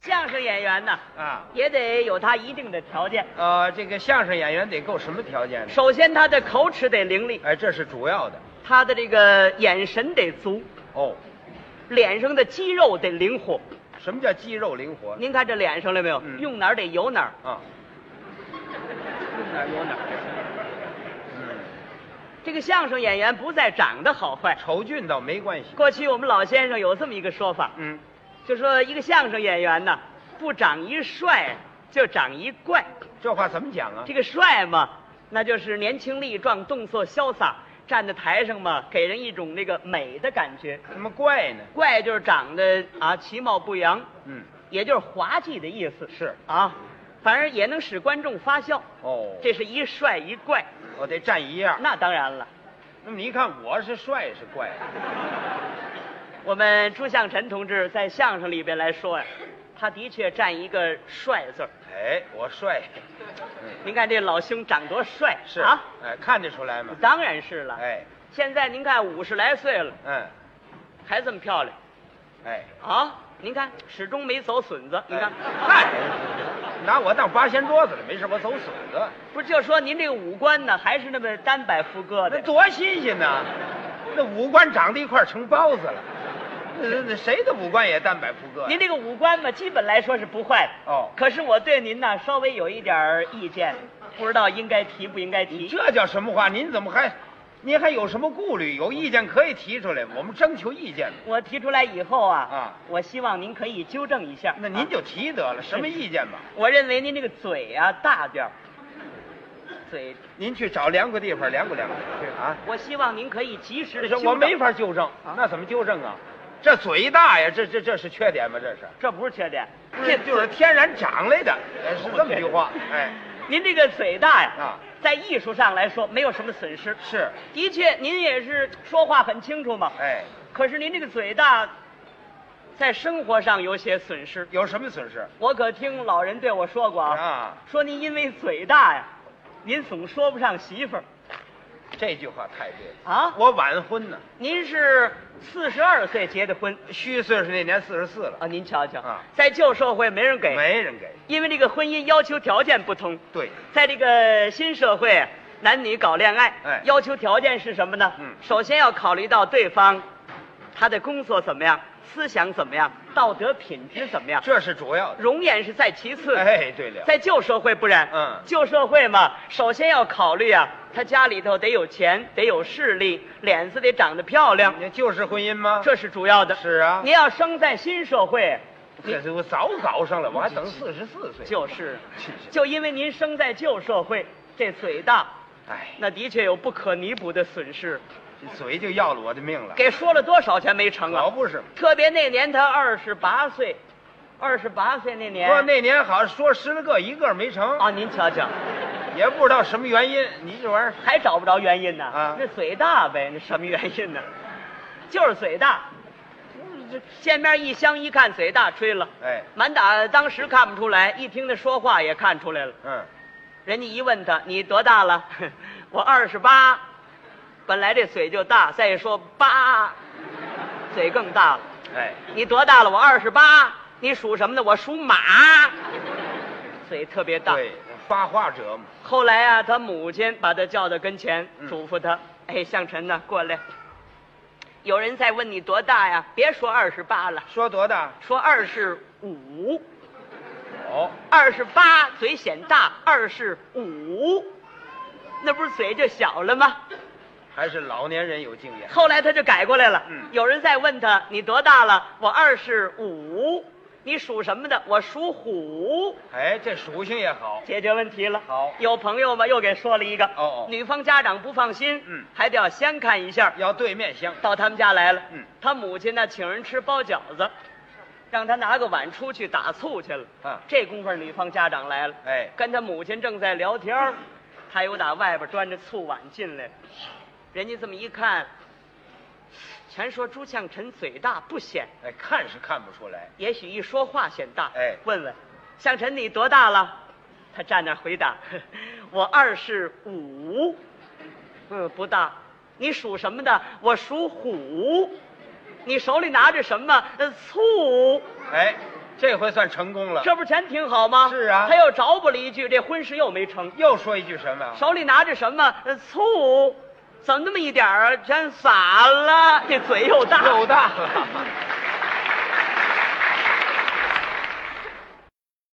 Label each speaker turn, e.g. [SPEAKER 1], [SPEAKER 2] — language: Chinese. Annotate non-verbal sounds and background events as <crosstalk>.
[SPEAKER 1] 相声演员呢，
[SPEAKER 2] 啊，
[SPEAKER 1] 也得有他一定的条件。
[SPEAKER 2] 呃，这个相声演员得够什么条件呢？
[SPEAKER 1] 首先，他的口齿得伶俐，
[SPEAKER 2] 哎，这是主要的
[SPEAKER 1] 他的这个眼神得足，
[SPEAKER 2] 哦。
[SPEAKER 1] 脸上的肌肉得灵活。
[SPEAKER 2] 什么叫肌肉灵活？
[SPEAKER 1] 您看这脸上了没有？
[SPEAKER 2] 嗯
[SPEAKER 1] 用哪儿得有哪儿，
[SPEAKER 2] 啊，
[SPEAKER 1] 用哪儿有哪儿。
[SPEAKER 2] 嗯，
[SPEAKER 1] 这个相声演员不在长得好坏。
[SPEAKER 2] 丑俊倒没关系。
[SPEAKER 1] 过去我们老先生有这么一个说法，
[SPEAKER 2] 嗯，
[SPEAKER 1] 就说一个相声演员呢，不长一帅就长一怪。
[SPEAKER 2] 这话怎么讲啊
[SPEAKER 1] 这？个帅嘛，那就是年轻力壮，动作潇洒，站在台上嘛，给人一种那个美的感觉。
[SPEAKER 2] 怎么怪呢？
[SPEAKER 1] 怪就是长得啊其貌不扬，
[SPEAKER 2] 嗯，
[SPEAKER 1] 也就是滑稽的意思。
[SPEAKER 2] 是
[SPEAKER 1] 啊，反正也能使观众发笑。
[SPEAKER 2] 哦，
[SPEAKER 1] 这是一帅一怪，
[SPEAKER 2] 我得站一样。
[SPEAKER 1] 那当然了。
[SPEAKER 2] 那么你一看我是帅是怪？啊
[SPEAKER 1] 我们朱向臣同志在相声里边来说呀，他的确占一个帅字儿。
[SPEAKER 2] 哎，我帅，嗯
[SPEAKER 1] 您看这老兄长多帅，
[SPEAKER 2] 是
[SPEAKER 1] 啊，
[SPEAKER 2] 哎，看得出来吗？
[SPEAKER 1] 当然是了。
[SPEAKER 2] 哎，
[SPEAKER 1] 现在您看五十来岁了，
[SPEAKER 2] 嗯，
[SPEAKER 1] 还这么漂亮
[SPEAKER 2] 哎，
[SPEAKER 1] 啊！您看始终没走损子。您看，
[SPEAKER 2] 嗨，拿我当八仙桌子了，没事，我走损子，
[SPEAKER 1] 不是就说您这个五官呢，还是那么单摆副歌
[SPEAKER 2] 那
[SPEAKER 1] 的。
[SPEAKER 2] 多新鲜呐！那五官长在一块儿成包子了，那那谁的五官也单摆复个呀？
[SPEAKER 1] 您这个五官嘛，基本来说是不坏的。
[SPEAKER 2] 哦
[SPEAKER 1] 可是我对您呢，稍微有一点儿意见，不知道应该提不应该提。
[SPEAKER 2] 嗯这叫什么话？您怎么还，您还有什么顾虑？有意见可以提出来，我们征求意见。
[SPEAKER 1] 我提出来以后啊，
[SPEAKER 2] 啊
[SPEAKER 1] 我希望您可以纠正一下。啊
[SPEAKER 2] 那您就提得了，什么意见吧？
[SPEAKER 1] 我认为您这个嘴啊大点儿，嘴，
[SPEAKER 2] 您去找凉快地方凉快凉快去啊！
[SPEAKER 1] 我希望您可以及时的
[SPEAKER 2] 这
[SPEAKER 1] 纠正。
[SPEAKER 2] 我没，法纠正，那怎么纠正啊？这嘴大呀，这这这是缺点吗？这是，
[SPEAKER 1] 这不是缺点，
[SPEAKER 2] 这就是天然长来的，呃是这么句话。哎，
[SPEAKER 1] 您这个嘴大呀，
[SPEAKER 2] 啊
[SPEAKER 1] 在艺术上来说没有什么损失。
[SPEAKER 2] 是，
[SPEAKER 1] 的确，您也是说话很清楚嘛。
[SPEAKER 2] 哎，
[SPEAKER 1] 可是您这个嘴大，在生活上有些损失。
[SPEAKER 2] 有什么损失
[SPEAKER 1] 我可听老人对我说过啊，
[SPEAKER 2] 啊？
[SPEAKER 1] 说您因为嘴大呀，您总说不上媳妇儿
[SPEAKER 2] 这句话太对了。
[SPEAKER 1] 啊。
[SPEAKER 2] 我晚婚呢，
[SPEAKER 1] 您是四十二岁结的婚
[SPEAKER 2] 虚岁是那年四十四了，
[SPEAKER 1] 啊？您瞧瞧，
[SPEAKER 2] 啊
[SPEAKER 1] 在旧社会没人给，
[SPEAKER 2] 没人给。
[SPEAKER 1] 因为这个婚姻要求条件不同。
[SPEAKER 2] 对，
[SPEAKER 1] 在这个新社会，男女搞恋爱，
[SPEAKER 2] 哎
[SPEAKER 1] 要求条件是什么呢？
[SPEAKER 2] 嗯
[SPEAKER 1] 首先要考虑到对方，他的工作怎么样，思想怎么样，道德品质怎么样，
[SPEAKER 2] 这是主要的。
[SPEAKER 1] 容颜是在其次。
[SPEAKER 2] 哎，对了，
[SPEAKER 1] 在旧社会不然，
[SPEAKER 2] 嗯
[SPEAKER 1] 旧社会嘛，首先要考虑啊，他家里头得有钱，得有势力，脸子得长得漂亮，
[SPEAKER 2] 你就是婚姻吗？
[SPEAKER 1] 这是主要的。
[SPEAKER 2] 是啊
[SPEAKER 1] 您要生在新社会，
[SPEAKER 2] 这是我早搞上了，我还等四十四岁。
[SPEAKER 1] 就是，
[SPEAKER 2] 是是
[SPEAKER 1] 就因为您生在旧社会，这嘴大，
[SPEAKER 2] 哎，
[SPEAKER 1] 那的确有不可弥补的损失。
[SPEAKER 2] 这嘴就要了我的命了。
[SPEAKER 1] 给说了多少钱没成
[SPEAKER 2] 老
[SPEAKER 1] 啊？
[SPEAKER 2] 不是，
[SPEAKER 1] 特别那年他二十八岁，二十八岁那年，
[SPEAKER 2] 说那年好像说十来个，一个没成，
[SPEAKER 1] 啊，您瞧瞧，
[SPEAKER 2] 也不知道什么原因。你这玩意儿，
[SPEAKER 1] 还找不着原因呢。
[SPEAKER 2] 啊
[SPEAKER 1] 那嘴大呗，那什么原因呢？就是嘴大。见面一相一看，嘴大吹了。
[SPEAKER 2] 哎，
[SPEAKER 1] 满打当时看不出来，一听他说话也看出来了。
[SPEAKER 2] 嗯，
[SPEAKER 1] 人家一问他，你多大了？ <laughs> 我二十八。本来这嘴就大，再一说八，嘴更大了。
[SPEAKER 2] 哎，
[SPEAKER 1] 你多大了？我二十八。你属什么的？我属马。 <laughs> 嘴特别大。
[SPEAKER 2] 哎对，发话者嘛，
[SPEAKER 1] 后来啊，他母亲把他叫到跟前，
[SPEAKER 2] 嗯
[SPEAKER 1] 嘱咐他：“哎，向晨呐，过来。有人在问你多大呀？别说二十八了，
[SPEAKER 2] 说多大？
[SPEAKER 1] 说二十五。
[SPEAKER 2] 哦，
[SPEAKER 1] 二十八嘴显大，二十五，那不是嘴就小了吗？
[SPEAKER 2] 还是老年人有经验。
[SPEAKER 1] 后来他就改过来了。
[SPEAKER 2] 嗯
[SPEAKER 1] 有人再问他：你多大了？我二十五。你属什么的？我属虎。”
[SPEAKER 2] 哎，这属性也好。
[SPEAKER 1] 解决问题了。
[SPEAKER 2] 好
[SPEAKER 1] 有朋友嘛又给说了一个，
[SPEAKER 2] 哦哦
[SPEAKER 1] 女方家长不放心，
[SPEAKER 2] 嗯
[SPEAKER 1] 还得要先看一下。
[SPEAKER 2] 要对面相，
[SPEAKER 1] 到他们家来了，
[SPEAKER 2] 嗯
[SPEAKER 1] 他母亲呢请人吃包饺子，让他拿个碗出去打醋去了。
[SPEAKER 2] 啊
[SPEAKER 1] 这功夫女方家长来了，
[SPEAKER 2] 哎
[SPEAKER 1] 跟他母亲正在聊天儿，他又打外边端着醋碗进来了，人家这么一看，全说朱向臣嘴大不显，
[SPEAKER 2] 哎，看是看不出来。
[SPEAKER 1] 也许一说话显大。
[SPEAKER 2] 哎
[SPEAKER 1] 问问，向晨你多大了？他站那儿回答：“ <laughs> 我二十五。”嗯，不大。你属什么的？我属虎。你手里拿着什么？呃，醋。
[SPEAKER 2] 哎，这回算成功了。
[SPEAKER 1] 这不是钱挺好吗？
[SPEAKER 2] 是啊
[SPEAKER 1] 他又着补了一句，这婚事又没成，
[SPEAKER 2] 又说一句什么？
[SPEAKER 1] 手里拿着什么呃啊醋，怎么那么一点儿全洒了？这嘴又大
[SPEAKER 2] 又大了。